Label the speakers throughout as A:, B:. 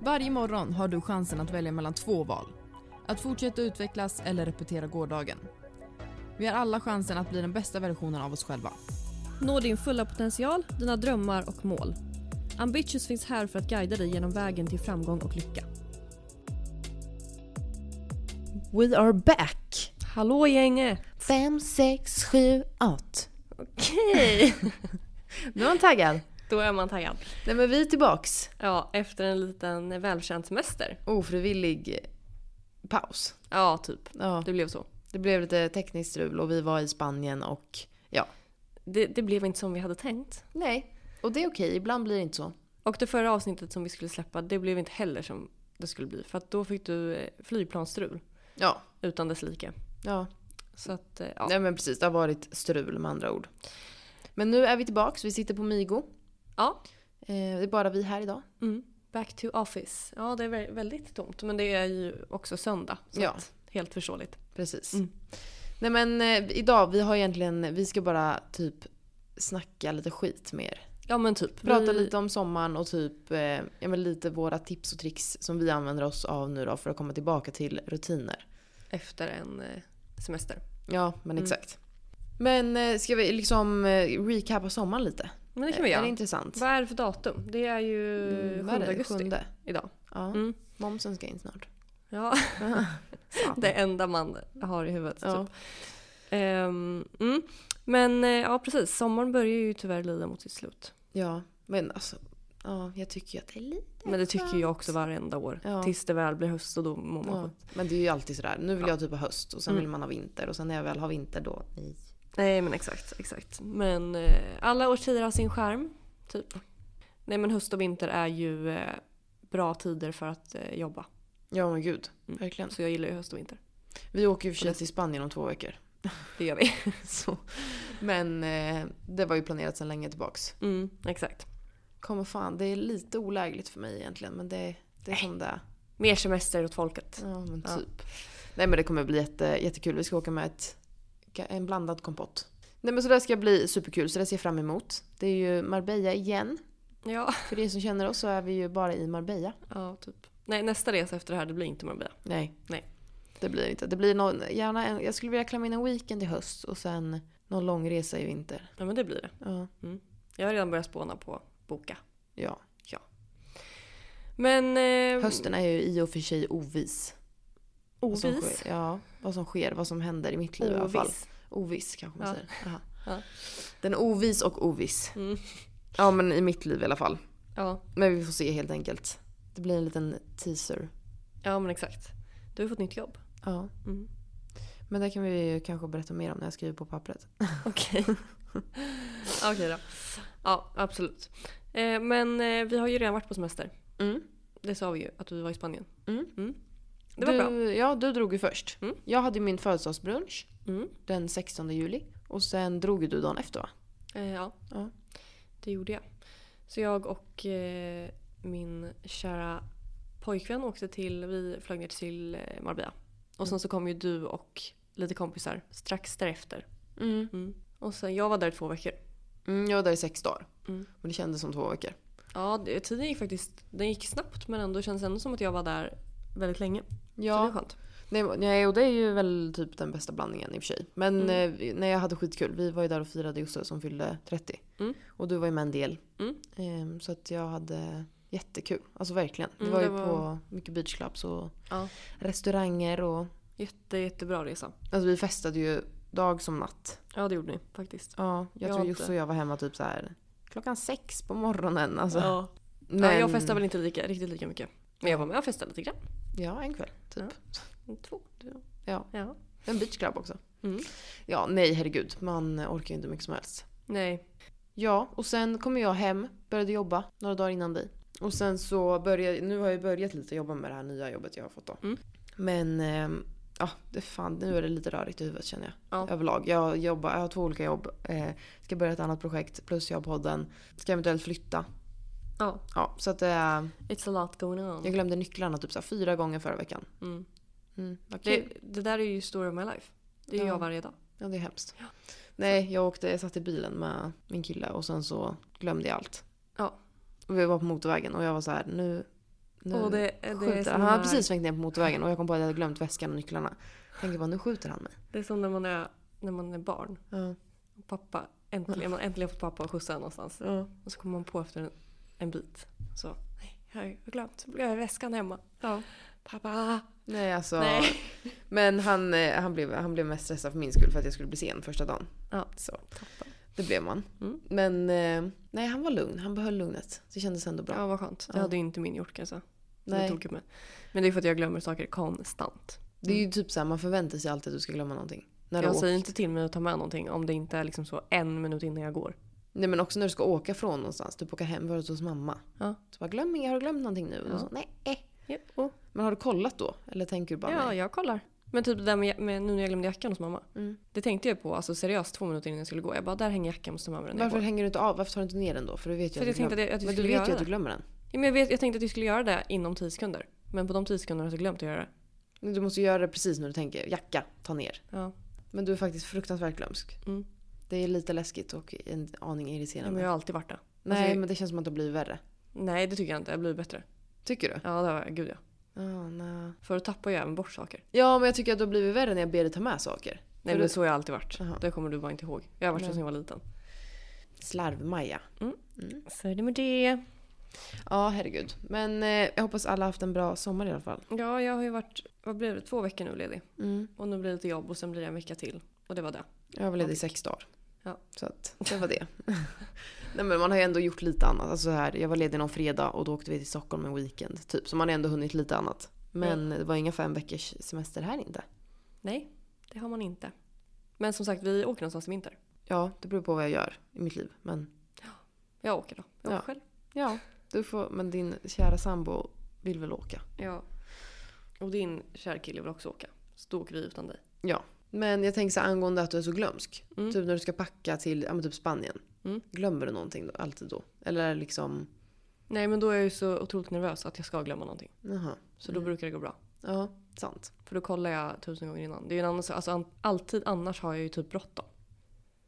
A: Varje morgon har du chansen att välja mellan två val. Att fortsätta utvecklas eller repetera gårdagen. Vi har alla chansen att bli den bästa versionen av oss själva.
B: Nå din fulla potential, dina drömmar och mål. Ambitious finns här för att guida dig genom vägen till framgång och lycka.
C: We are back!
B: Hallå gänge!
C: Fem, sex, sju, åt.
B: Okej!
C: Nu är man taggad.
B: Då är man taggad.
C: Nej men vi är tillbaks.
B: Ja, efter en liten välkänd semester.
C: Ofrivillig paus.
B: Ja, typ.
C: Ja,
B: Det blev så.
C: det blev lite tekniskt strul och vi var i Spanien och ja.
B: Det, det blev inte som vi hade tänkt.
C: Nej, och det är okej. Ibland blir det inte så.
B: Och det förra avsnittet som vi skulle släppa, det blev inte heller som det skulle bli. För att då fick du eh, flygplansstrul
C: Ja,
B: utan dess like.
C: ja.
B: Så att, eh, ja.
C: Nej men precis. Det har varit strul med andra ord. Men nu är vi tillbaks. Vi sitter på Migo.
B: ja.
C: Eh, det är bara vi här idag.
B: Mm. Back to office. Ja, det är vä- väldigt tomt. Men det är ju också söndag. Så
C: Ja.
B: att, helt förståeligt.
C: Precis.
B: Mm.
C: Nej men eh, idag, vi har egentligen, vi ska bara typ snacka lite skit med er.
B: Ja, men typ.
C: Prata
B: Vi-
C: lite om sommaren och typ eh, ja, men lite våra tips och tricks som vi använder oss av nu då för att komma tillbaka till rutiner.
B: Efter en eh, semester.
C: Ja, men
B: Mm.
C: exakt. Men eh, ska vi liksom eh, recapa sommaren lite?
B: Men det kan vi
C: Är
B: göra.
C: det intressant?
B: Vad Eh, är det för datum? Det är ju
C: Mm,
B: 7
C: vad är det?
B: augusti
C: Sjunde.
B: idag.
C: Ja.
B: Mm.
C: Momsen ska in snart.
B: Ja, det enda man har i huvudet.
C: Ja.
B: Typ. Ehm, mm. Men eh, ja, precis. Sommaren börjar ju tyvärr lida mot sitt slut.
C: ja, men alltså. Ja, jag tycker ju att det är lite
B: Men det tycker jag
C: skönt.
B: också varenda år.
C: Ja.
B: Tills det väl blir höst och då mår man
C: Ja,
B: skit.
C: men det är ju alltid sådär. Nu vill
B: Ja.
C: jag typ ha höst och sen
B: Mm.
C: vill man ha vinter och sen när jag väl har vinter då. Nej.
B: Nej men exakt, exakt. Men eh, alla årstider har sin skärm, typ. Nej men höst och vinter är ju eh, bra tider för att eh, jobba.
C: Ja men gud,
B: Mm.
C: verkligen.
B: Så jag gillar ju höst och vinter.
C: Vi åker ju för sig till Spanien om två veckor.
B: Det gör vi.
C: Så. Men eh, det var ju planerat sedan länge tillbaks.
B: Mm, exakt.
C: Kommer fan, det är lite olägligt för mig egentligen men det, det är som det är.
B: Mer semester åt folket.
C: Ja men
B: Ja.
C: typ. Nej men det kommer bli jätte, jättekul. Vi ska åka med ett, en blandad kompott. Nej men så det ska bli superkul så det ser jag fram emot. Det är ju Marbella igen.
B: Ja.
C: För er som känner oss så är vi ju bara i Marbella.
B: ja, typ. Nej nästa resa efter det här det blir inte Marbella.
C: Nej.
B: Nej.
C: Det blir det inte. Det blir någon, gärna en, jag skulle vilja klämma in en weekend i höst och sen någon lång resa i vinter.
B: Ja men det blir det.
C: Ja.
B: Jag har redan börjat spåna på boka.
C: ja.
B: Men... Eh,
C: Hösten är ju i och för sig ovis. Vad som
B: Oviss.
C: sker- Ja, vad som sker, vad som händer i mitt liv i alla fall.
B: Oviss.
C: Oviss kanske man
B: Ja.
C: säger. Jaha.
B: Ja.
C: Den är ovis och oviss.
B: Mm.
C: Ja men i mitt liv i alla fall.
B: Ja.
C: Men vi får se helt enkelt. Det blir en liten teaser.
B: ja men exakt. Du har fått nytt jobb.
C: Ja.
B: Mm.
C: Men det kan vi ju kanske berätta mer om när jag skriver på pappret.
B: Okej. Okej då. Ja, absolut. Eh, men eh, vi har ju redan varit på semester. Det sa vi ju, att vi var i Spanien.
C: Mm.
B: Det var
C: du,
B: bra.
C: Ja, du drog ju först.
B: Mm.
C: Jag hade ju min födelsedagsbrunch
B: Mm.
C: den 16 juli. Och sen drog ju du dagen efter va?
B: Eh, ja.
C: Ja.
B: det gjorde jag. Så jag och eh, min kära pojkvän åkte till, vi flög ner till eh, Marbella. Och sen så kom ju du och lite kompisar strax därefter.
C: Mm.
B: Och sen, jag var där i två veckor.
C: jag var där i sex dagar.
B: Mm.
C: Men det kändes som två veckor.
B: Ja, det, tiden gick faktiskt, den gick snabbt men ändå kändes det ändå som att jag var där väldigt länge. Så det var
C: Ja,
B: skönt.
C: nej, nej, och det är ju väl typ den bästa blandningen i och för sig. Men
B: Mm.
C: eh, vi- nej, jag hade skitkul. Vi var ju där och firade Josse som fyllde 30.
B: Mm.
C: Och du var ju med en del.
B: Mm.
C: Ehm, så att jag hade jättekul. Alltså verkligen. Vi
B: Mm,
C: var
B: det
C: ju
B: var-
C: på mycket beachclubs och
B: Ja.
C: restauranger och...
B: Jätte, jättebra resa.
C: Alltså vi festade ju dag som natt.
B: Ja, det gjorde ni faktiskt.
C: Ja, jag,
B: Jag
C: tror
B: inte.
C: Josse och jag var hemma typ så här klockan sex på morgonen. Alltså.
B: Ja.
C: Men,
B: Ja, jag festade väl inte lika, riktigt lika mycket. Men jag var med och festade lite grann.
C: Ja, en kväll typ.
B: Två. du-
C: Ja.
B: ja.
C: En beachclub också.
B: Mm.
C: Ja, nej herregud. Man orkar ju inte mycket som helst.
B: Nej.
C: Ja, och sen kom jag hem, började jobba några dagar innan dig. Och sen så började, nu har jag börjat lite jobba med det här nya jobbet jag har fått då.
B: Mm.
C: Men ehm, ja, det fan, nu är det lite rörigt i huvudet känner jag.
B: Ja.
C: Överlag. Jag, jobbar, jag har två olika jobb. Eh, ska börja ett annat projekt plus jag har podden. Ska eventuellt flytta.
B: Ja.
C: Ja, så att eh,
B: It's a lot going on.
C: jag glömde nycklarna typ så här, fyra gånger förra veckan.
B: Mm.
C: Mm, vad kul.
B: Det, det där är ju story of my life. Det är ju
C: Ja.
B: jag varje dag.
C: Ja, det är hemskt. Nej, jag åkte, jag satt i bilen med min kille och sen så glömde jag allt.
B: Ja.
C: Och vi var på motorvägen och jag var så här, nu Nu
B: Och det, det, är
C: skjuter.
B: som
C: Han har
B: när-
C: precis svängt ner på motorvägen och jag kom på att jag hade glömt väskan och nycklarna. Tänker bara, nu skjuter han mig.
B: det är som när man är, när man är barn.
C: Ja.
B: Pappa, äntligen, man äntligen fått pappa att skjutsa en någonstans.
C: Ja.
B: Och så kommer man på efter en, en bit. Så, nej, jag har ju glömt. Så blev jag i väskan hemma. Pappa!
C: Nej alltså.
B: Nej.
C: Men han, eh, han, blev, han blev mest stressad för min skull för att jag skulle bli sen första dagen.
B: Ja.
C: Så
B: Toppen.
C: det blev man.
B: Mm.
C: Men eh, nej han var lugn. Han behöll lugnet. Det kändes ändå bra.
B: Ja, vad skönt. Det
C: Ja.
B: hade ju inte min gjort kanske. Det
C: nej.
B: tog mig. Men det är för att jag glömmer saker konstant.
C: Det är ju typ såhär man förväntar sig alltid att du ska glömma någonting. När du
B: Mm. jag
C: åker.
B: säger inte till mig att ta med någonting om det inte är liksom så en minut innan jag går.
C: Nej men också när du ska åka från någonstans. Typ åka hem, varit hos mamma.
B: Ja.
C: Så bara glöm inget, har du glömt någonting nu?
B: Ja.
C: Och så, nej. eh.
B: Ja, och,
C: Men har du kollat då? Eller tänker du bara
B: ja
C: nej?
B: jag kollar. Men typ det där med, med nu när jag glömde jackan hos mamma.
C: Mm.
B: Det tänkte jag på alltså seriöst två minuter innan jag skulle gå. Jag bara där hänger jackan, måste ta med mig den. när jag
C: Varför
B: går.
C: hänger du inte av? Varför tar du inte ner den då? För du vet ju
B: För jag
C: att du
B: tänkte
C: glömmer.
B: att jag, att jag
C: Men du
B: skulle
C: vet ju
B: göra
C: att du
B: det.
C: glömmer den.
B: Ja, men jag, vet, jag tänkte att jag skulle göra det inom tio sekunder. Men på de tio sekunderna hade jag glömt att göra det.
C: Men Du måste göra det precis när du tänker jacka, ta ner.
B: Ja.
C: Men du är faktiskt fruktansvärt glömsk.
B: Mm.
C: Det är lite läskigt och en aning
B: Ja,
C: irriterande.
B: men jag har alltid varit det.
C: Nej
B: alltså jag-
C: men det känns som att det blir värre.
B: Nej det tycker jag inte, jag blir bättre.
C: Tycker du?
B: Ja det har jag, gud ja.
C: Ja, nej.
B: För att tappa jag även bort saker.
C: ja men jag tycker att det har blivit värre när jag ber dig ta med saker.
B: Nej
C: För
B: men
C: du-
B: så har jag alltid varit.
C: Jaha.
B: Det kommer du bara inte ihåg. Jag har varit så
C: Nej.
B: sen jag var liten.
C: Slarv-Maja.
B: Så är det med det.
C: Ja herregud. Men eh, jag hoppas alla har haft en bra sommar i alla fall.
B: Ja jag har ju varit, vad blir det, två veckor nu ledig.
C: Mm.
B: Och nu blir det lite jobb och sen blir det en vecka till. Och det var det.
C: Jag var ledig i
B: Och-
C: sex dagar.
B: Ja.
C: Så att det var det. Nej men man har ju ändå gjort lite annat. Alltså så här, jag var ledig någon fredag och då åkte vi till Stockholm en weekend. Typ. Så man har ändå hunnit lite annat. Men det var inga fem veckors semester här inte.
B: Nej, det har man inte. Men som sagt vi åker någonstans i vinter.
C: Ja, det beror på vad jag gör i mitt liv. Men
B: Jag åker då. Jag åker
C: Ja.
B: själv.
C: Ja, du får, men din kära sambo vill väl åka.
B: Ja. Och din kära kille vill också åka. Så då åker vi utan dig.
C: Men jag tänker så här, angående att du är så glömsk.
B: Mm.
C: Typ när du ska packa till ja, men typ Spanien.
B: Mm.
C: Glömmer du någonting då, alltid då? Eller liksom,
B: Nej men då är jag ju så otroligt nervös att jag ska glömma någonting.
C: jaha.
B: Så då brukar det gå bra.
C: Ja, sant.
B: För då kollar jag tusen gånger innan. Det är ju en annan, alltså, an, alltid annars har jag ju typ bråttom.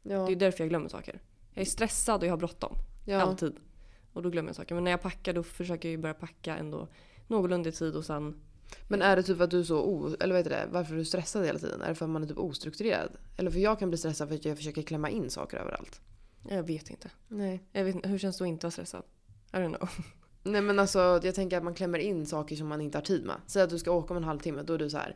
C: Ja,
B: Det är ju därför jag glömmer saker. Jag är stressad och jag har bråttom.
C: ja.
B: Alltid. Och då glömmer jag saker. Men när jag packar då försöker jag ju börja packa ändå någorlunda i tid och sen...
C: Men är det typ att du är så o, eller vad heter det, varför är du stressad hela tiden? Är det för att man är typ ostrukturerad? Eller för jag kan bli stressad för att jag försöker klämma in saker överallt.
B: Jag vet inte.
C: Nej.
B: Jag vet inte. Hur känns det att inte vara stressad? I don't know.
C: Nej men alltså jag tänker att man klämmer in saker som man inte har tid med. Säg att du ska åka om en halvtimme, då är du så här.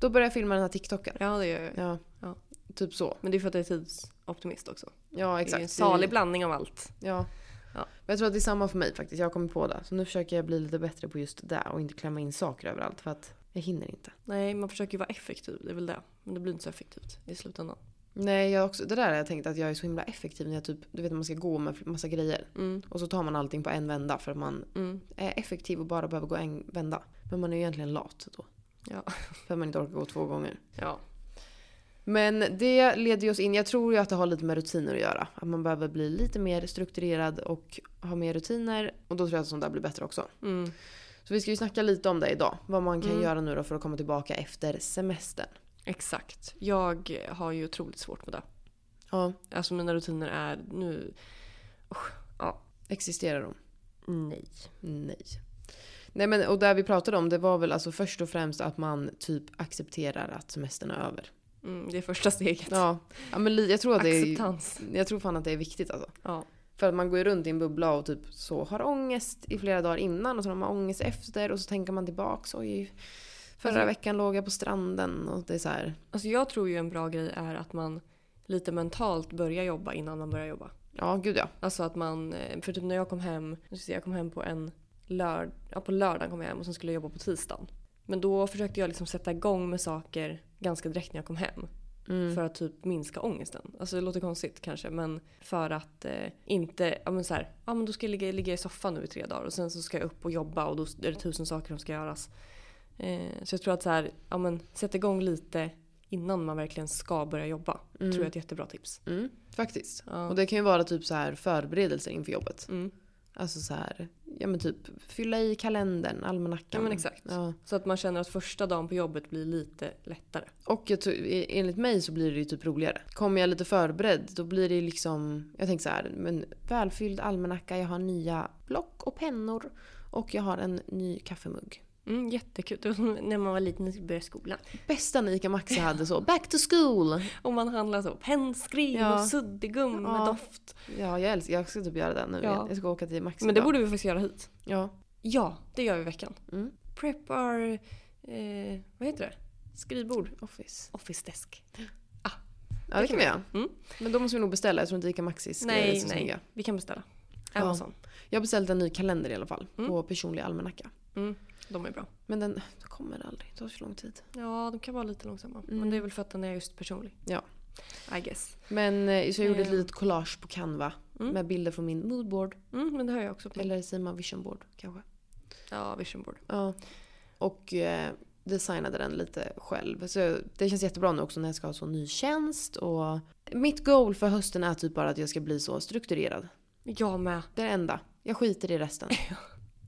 C: Då börjar jag filma den här TikToken.
B: Ja det gör jag.
C: Ja.
B: Ja.
C: Typ så.
B: Men det är för att jag är tidsoptimist också.
C: Ja
B: Det är ju
C: exakt.
B: en salig blandning av allt.
C: Ja.
B: Ja.
C: Men jag tror att det är samma för mig faktiskt. Jag har kommit på det. Så nu försöker jag bli lite bättre på just det och inte klämma in saker överallt för att jag hinner inte.
B: Nej man försöker ju vara effektiv. Det är väl det. Men det blir inte så effektivt i slutändan.
C: Nej, jag har också, det där har jag tänkt att jag är så himla effektiv när jag typ, du vet när man ska gå med massa grejer.
B: Mm.
C: Och så tar man allting på en vända för att man
B: Mm.
C: är effektiv och bara behöver gå en vända. Men man är ju egentligen lat då.
B: Ja.
C: För att man inte orkar gå två gånger.
B: Ja.
C: Men det leder ju oss in, jag tror ju att det har lite med rutiner att göra. Att man behöver bli lite mer strukturerad och ha mer rutiner. Och då tror jag att sånt där blir bättre också.
B: Mm.
C: Så vi ska ju snacka lite om det idag. Vad man kan
B: Mm.
C: göra nu då för att komma tillbaka efter semestern.
B: Exakt. Jag har ju otroligt svårt med det.
C: Ja,
B: Alltså mina rutiner är nu...
C: existerar de?
B: Nej.
C: Nej. Nej men och där vi pratade om det var väl alltså först och främst att man typ accepterar att semestern är över.
B: Mm, det är första steget.
C: Ja, ja men li- jag tror att det är,
B: Acceptans.
C: jag tror fan att det är viktigt alltså.
B: Ja.
C: För att man går ju runt i en bubbla och typ så har ångest i flera dagar innan och så har man ångest efter och så tänker man tillbaks oj förra
B: Alltså-
C: veckan låg jag på stranden och det är så här.
B: Alltså jag tror ju en bra grej är att man lite mentalt börjar jobba innan man börjar jobba.
C: Ja gud ja.
B: Alltså att man, eh, för typ när jag kom hem, nu ska vi se, jag kom hem på en lördag, ja på lördagen kom jag hem och sen skulle jag jobba på tisdagen. Men då försökte jag liksom sätta igång med saker ganska direkt när jag kom hem.
C: Mm.
B: För att typ minska ångesten. Alltså det låter konstigt kanske men för att eh, inte, ja men så här, ja men då ska jag ligga, ligga i soffan nu i tre dagar och sen så ska jag upp och jobba och då är det tusen saker som ska göras. Eh, så jag tror att så här, ja men sätta igång lite innan man verkligen ska börja jobba.
C: Mm.
B: Tror jag är ett jättebra tips.
C: Mm, faktiskt.
B: Ja.
C: Och det kan ju vara typ så här förberedelser inför jobbet.
B: Mm.
C: Alltså så här, ja men typ fylla i kalendern, almanackan.
B: Ja, men exakt.
C: Ja.
B: Så att man känner att första dagen på jobbet blir lite lättare.
C: Och jag tror, e- enligt mig så blir det ju typ roligare. Kommer jag lite förberedd då blir det ju liksom, jag tänker så här, men välfylld almanacka, jag har nya block och pennor. Och jag har en ny kaffemugg.
B: Mm, jättekul. Det var som när man var liten och skulle börja skolan.
C: Bästa när Ica Maxi hade så. Back to school!
B: Och man handlade så pennskrin
C: Ja.
B: och suddgum med
C: Ja.
B: doft.
C: Ja, jag älskar, jag ska typ göra det nu
B: Ja.
C: igen. Jag ska åka till Maxi.
B: Men det
C: idag.
B: borde vi faktiskt göra hit.
C: Ja.
B: Ja, det gör vi i veckan.
C: Mm.
B: Prep our, eh, vad heter det? Skrivbord.
C: Office.
B: Office desk.
C: Ja, det kan vi göra.
B: Mm.
C: Men då måste vi nog beställa. Jag tror inte Ica Maxis ska
B: Nej,
C: är så
B: nej.
C: snygga.
B: Vi kan beställa.
C: Ja.
B: Amazon.
C: Jag har beställt en ny kalender i alla fall.
B: Mm.
C: På personlig almanacka.
B: De är bra.
C: Men den kommer aldrig. Det tar så lång tid.
B: Ja, de kan vara lite långsamma.
C: Mm.
B: Men det är väl för att den är just personlig.
C: Ja.
B: I guess.
C: Men eh, så jag gjorde ett
B: Ehm.
C: litet collage på Canva.
B: Mm.
C: Med bilder från min moodboard.
B: Mm, men det har jag också på min.
C: Eller säger man visionboard kanske?
B: Ja, vision board.
C: Ja. Och eh, designade den lite själv. Så det känns jättebra nu också när jag ska ha så ny tjänst. Och mitt goal för hösten är typ bara att jag ska bli så strukturerad.
B: Jag med.
C: Det är det enda. Jag skiter i resten.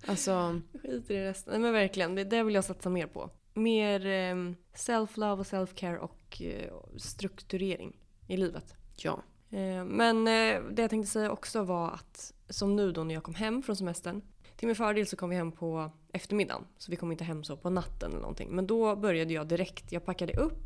C: Alltså,
B: Jag skiter i resten. Nej, men verkligen, det, det vill jag satsa mer på. Mer ehm, self-love och self-care och eh, strukturering i livet.
C: ja.
B: Eh, men eh, det jag tänkte säga också var att som nu då när jag kom hem från semestern. Till min fördel så kom vi hem på eftermiddagen. Så vi kom inte hem så på natten eller någonting. Men då började jag direkt. Jag packade upp,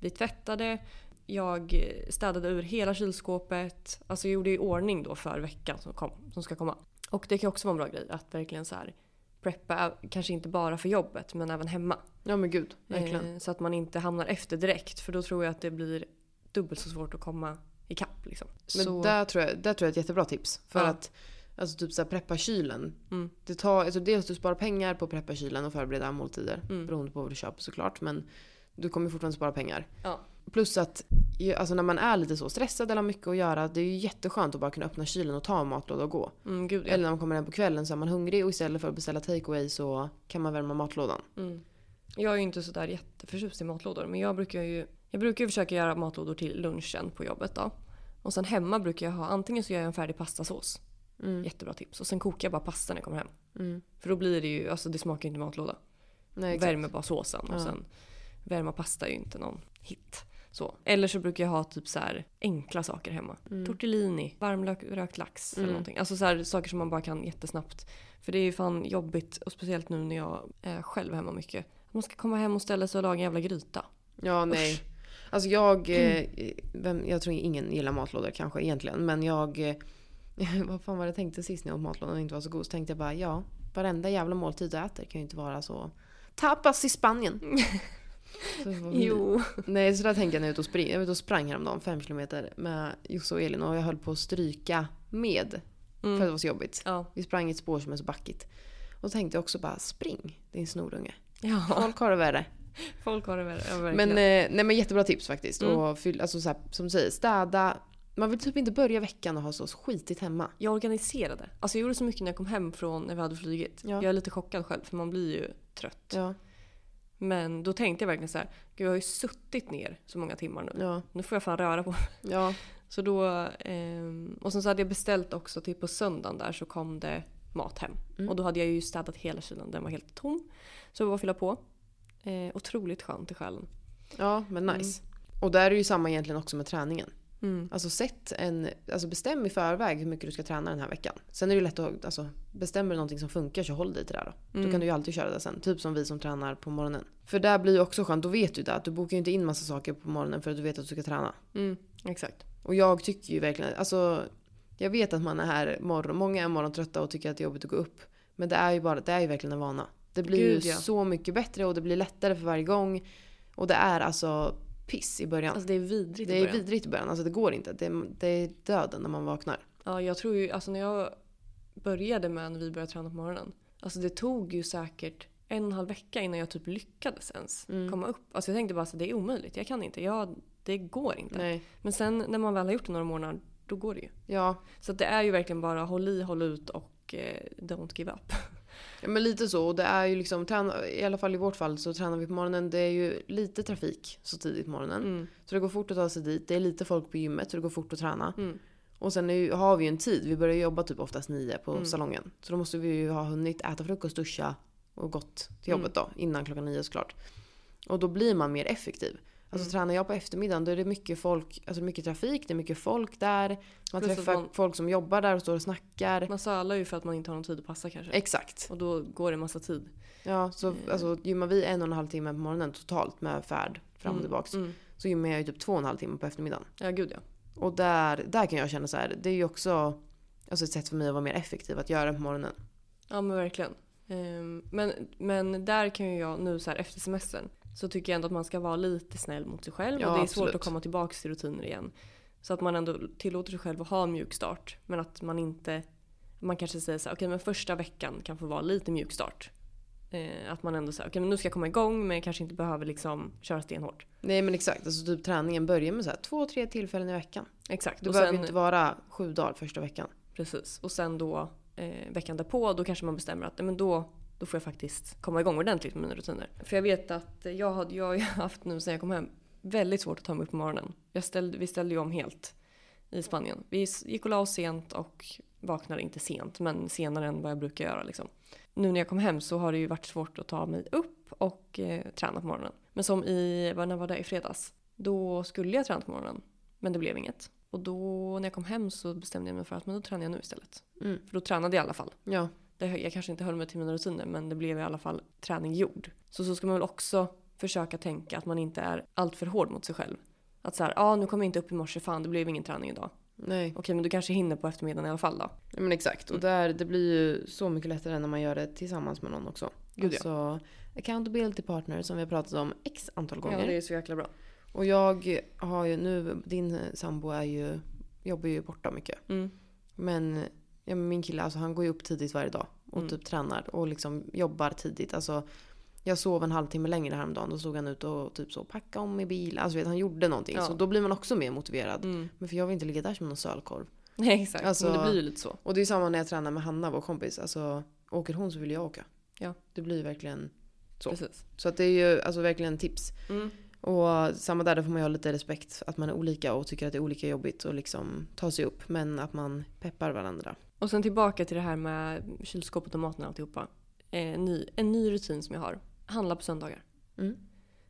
B: vi tvättade, jag eh, städade ur hela kylskåpet. Alltså jag gjorde i ordning då för veckan som, kom, som ska komma. Och det kan också vara en bra grej att verkligen så här preppa, kanske inte bara för jobbet men även hemma.
C: Ja men gud, verkligen.
B: Eh, Så att man inte hamnar efter direkt för då tror jag att det blir dubbelt så svårt att komma ikapp. Liksom.
C: Men
B: så,
C: där tror, jag, där tror jag är ett jättebra tips. För
B: Ja.
C: att alltså, typ så här, preppa kylen.
B: Mm.
C: Det tar, alltså, dels du sparar pengar på att preppa kylen och förbereda måltider.
B: Mm.
C: Beroende på vad du köper såklart. Men du kommer fortfarande spara pengar.
B: Ja.
C: Plus att ju- alltså, när man är lite så stressad eller har mycket att göra. Det är ju jätteskönt att bara kunna öppna kylen och ta en matlåda och gå.
B: mm, gud, ja.
C: Eller när man kommer hem på kvällen så är man hungrig och istället för att beställa takeaway så kan man värma matlådan.
B: mm. Jag är ju inte sådär jätteförtjust i matlådor men jag brukar ju jag brukar ju försöka göra matlådor till lunchen på jobbet. Då. Och sen hemma brukar jag ha antingen så gör jag en färdig pastasås.
C: Mm.
B: Jättebra tips. Och sen kokar jag bara pasta när jag kommer hem.
C: Mm.
B: För då blir det ju, alltså det smakar ju inte matlåda.
C: Nej, exakt.
B: Värmer bara såsen och
C: Ja.
B: sen värma pasta är ju inte någon hit. Så. Eller så brukar jag ha typ så här enkla saker hemma. Tortellini, varmlök, rökt lax
C: Mm.
B: eller någonting. Alltså så här, saker som man bara kan jättesnabbt. För det är ju fan jobbigt och speciellt nu när jag är själv hemma mycket. Att man ska komma hem och ställa sig och laga en jävla gryta.
C: Ja, nej. Alltså jag, eh, vem, jag tror ingen gillar matlådor kanske egentligen. Men jag, eh, vad fan var det jag tänkte sist när jag åt matlådan och inte var så god? Så tänkte jag bara ja, varenda jävla måltid du äter kan ju inte vara så tapas i Spanien. Så vad vill- Nej, så där tänkte jag när jag var ute och, spring, jag var ute och sprang häromdagen fem kilometer med Josse och Elin och jag höll på att stryka med. För att det var så jobbigt.
B: Mm. Ja.
C: Vi sprang i ett spår som är så backigt. Och så tänkte jag också bara spring din snorunge.
B: ja.
C: Folk har det värre.
B: Folk har det väl. Ja,
C: Men,
B: verkligen.
C: eh, nej, men jättebra tips faktiskt.
B: Mm.
C: Och fyll, alltså, så här, som du säger, städa. Man vill typ inte börja veckan och ha så skitigt hemma.
B: jag organiserade. Alltså jag gjorde så mycket när jag kom hem från när vi hade flugit.
C: Ja.
B: Jag är lite chockad själv för man blir ju trött.
C: Ja,
B: Men då tänkte jag verkligen så här, Gud, jag har ju suttit ner så många timmar nu.
C: ja,
B: Nu får jag fan röra på mig."
C: ja.
B: Så då, ehm, och sen så hade jag beställt också till på söndagen där så kom det mat hem.
C: Mm.
B: Och då hade jag ju städat hela kylen, den var helt tom. Så det var bara att fylla på. Eh, otroligt skönt i själen.
C: ja men nice. Mm. Och där är det ju samma egentligen också med träningen.
B: Mm.
C: Alltså, sätt en, alltså bestäm i förväg hur mycket du ska träna den här veckan. Sen är det ju lätt att, alltså, bestämmer du någonting som funkar så håll dig till det här då. Då
B: Mm.
C: kan du ju alltid köra det sen. Typ som vi som tränar på morgonen. För där blir ju också skönt, då vet du det. Att du bokar ju inte in massa saker på morgonen för att du vet att du ska träna.
B: Mm, exakt.
C: Och jag tycker ju verkligen, alltså jag vet att man är här morgon, många är morgontrötta och tycker att det är jobbigt att gå upp. Men det är ju bara, det är ju verkligen en vana. Det blir
B: Gud,
C: ju
B: ja.
C: så mycket bättre och det blir lättare för varje gång. Och det är alltså piss i början.
B: Alltså det är vidrigt
C: det
B: i
C: är
B: början.
C: vidrigt i början, alltså det går inte. Det, det är döden när man vaknar.
B: Ja, jag tror ju, alltså när jag började med när vi började träna på morgonen. Alltså det tog ju säkert en och en halv vecka innan jag typ lyckades ens
C: Mm.
B: komma upp. Alltså jag tänkte bara så det är omöjligt, jag kan inte, jag, det går inte.
C: Nej.
B: Men sen när man väl har gjort det några månader, då går det ju.
C: Ja,
B: Så att det är ju verkligen bara håll i, håll ut och eh, don't give up.
C: Ja, men lite så. Och det är ju liksom, träna, i alla fall i vårt fall så tränar vi på morgonen. Det är ju lite trafik så tidigt på morgonen.
B: Mm.
C: Så det går fort att ta sig dit. Det är lite folk på gymmet så det går fort att träna.
B: Mm.
C: Och sen är ju, har vi ju en tid. Vi börjar jobba typ oftast nio på
B: Mm.
C: salongen. Så då måste vi ju ha hunnit äta frukost,
B: Mm.
C: duscha och gått till jobbet då. Innan klockan nio såklart. Och då blir man mer effektiv.
B: Mm.
C: Alltså tränar jag på eftermiddagen då är det mycket folk, alltså mycket trafik, det är mycket folk där. Man
B: Plus att
C: träffar
B: man-
C: folk som jobbar där och står och snackar.
B: Man sölar ju för att man inte har någon tid att passa kanske.
C: Exakt.
B: Och då går det massa tid.
C: Ja, så
B: Eh.
C: alltså, gymmar vi en och en halv timme på morgonen totalt med färd fram och
B: Mm,
C: tillbaks.
B: Mm.
C: Så gymmar jag ju typ två och en halv timme på eftermiddagen.
B: Ja gud ja.
C: Och där, där kan jag känna så här, det är ju också alltså ett sätt för mig att vara mer effektiv att göra det på morgonen.
B: Ja men verkligen. Ehm, Men, men där kan ju jag nu så här efter semestern så tycker jag ändå att man ska vara lite snäll mot sig själv
C: Ja,
B: och det är
C: absolut.
B: svårt att komma tillbaka till rutiner igen. Så att man ändå tillåter sig själv att ha en mjuk start men att man inte man kanske säger så här, okej men första veckan kan få vara lite mjuk start. Eh, Att man ändå säger okej men nu ska jag komma igång men jag kanske inte behöver liksom köra stenhårt.
C: Nej men exakt, alltså typ träningen börjar med så här två, tre tillfällen i veckan.
B: Exakt.
C: Det
B: och
C: behöver
B: sen-
C: ju inte vara sju dagar första veckan.
B: Precis. Och sen då eh, veckan därpå då kanske man bestämmer att nej, men då, då får jag faktiskt komma igång ordentligt med mina rutiner. För jag vet att jag, hade, jag har ju haft nu sen jag kom hem väldigt svårt att ta mig upp på morgonen. Jag ställde, vi ställde ju om helt i Spanien. Vi s- gick och la oss sent och vaknade inte sent men senare än vad jag brukar göra. Liksom. Nu när jag kom hem så har det ju varit svårt att ta mig upp och eh, träna på morgonen. Men som i, vad- när var det? I fredags. Då skulle jag träna på morgonen men det blev inget. Och då när jag kom hem så bestämde jag mig för att men då tränar jag nu istället.
C: Mm.
B: För då tränade jag i alla fall.
C: Ja,
B: Det, jag kanske inte höll mig till mina rutiner men det blev i alla fall träning gjord. Så så ska man väl också försöka tänka att man inte är alltför hård mot sig själv. Att så här, ja ah, nu kom jag inte upp i morse, fan det blev ingen träning idag.
C: nej.
B: Okej men du kanske hinner på eftermiddagen i alla fall då.
C: Nej, men exakt. Och där, det blir ju så mycket lättare när man gör det tillsammans med någon också.
B: Gud, ja.
C: alltså, accountability partner som vi har pratat om x antal gånger.
B: Ja det är så jäkla bra.
C: Och jag har ju nu, din sambo är ju, jobbar ju borta mycket.
B: Mm.
C: Men ja, men min kille alltså, han går ju upp tidigt varje dag och
B: Mm.
C: typ tränar och liksom jobbar tidigt. Alltså, jag sov en halvtimme längre häromdagen. Då stod han ute och typ så packa om i bilen. Alltså, vet, han gjorde någonting.
B: Ja.
C: Så då blir man också mer motiverad.
B: Mm.
C: Men för jag vill inte ligga där som någon sölkorv.
B: Nej exakt,
C: Alltså-
B: men det blir ju lite så.
C: Och det är samma när jag tränar med Hanna, vår kompis. Alltså, åker hon så vill jag åka.
B: Ja.
C: Det blir verkligen... Så.
B: Precis.
C: Så att det är ju alltså, verkligen tips.
B: Mm.
C: Och samma där, då får man ju ha lite respekt att man är olika och tycker att det är olika jobbigt och liksom ta sig upp. Men att man peppar varandra.
B: Och sen tillbaka till det här med kylskåpet och maten och alltihopa. Eh, ny, en ny rutin som jag har. Handla på söndagar.
C: Mm.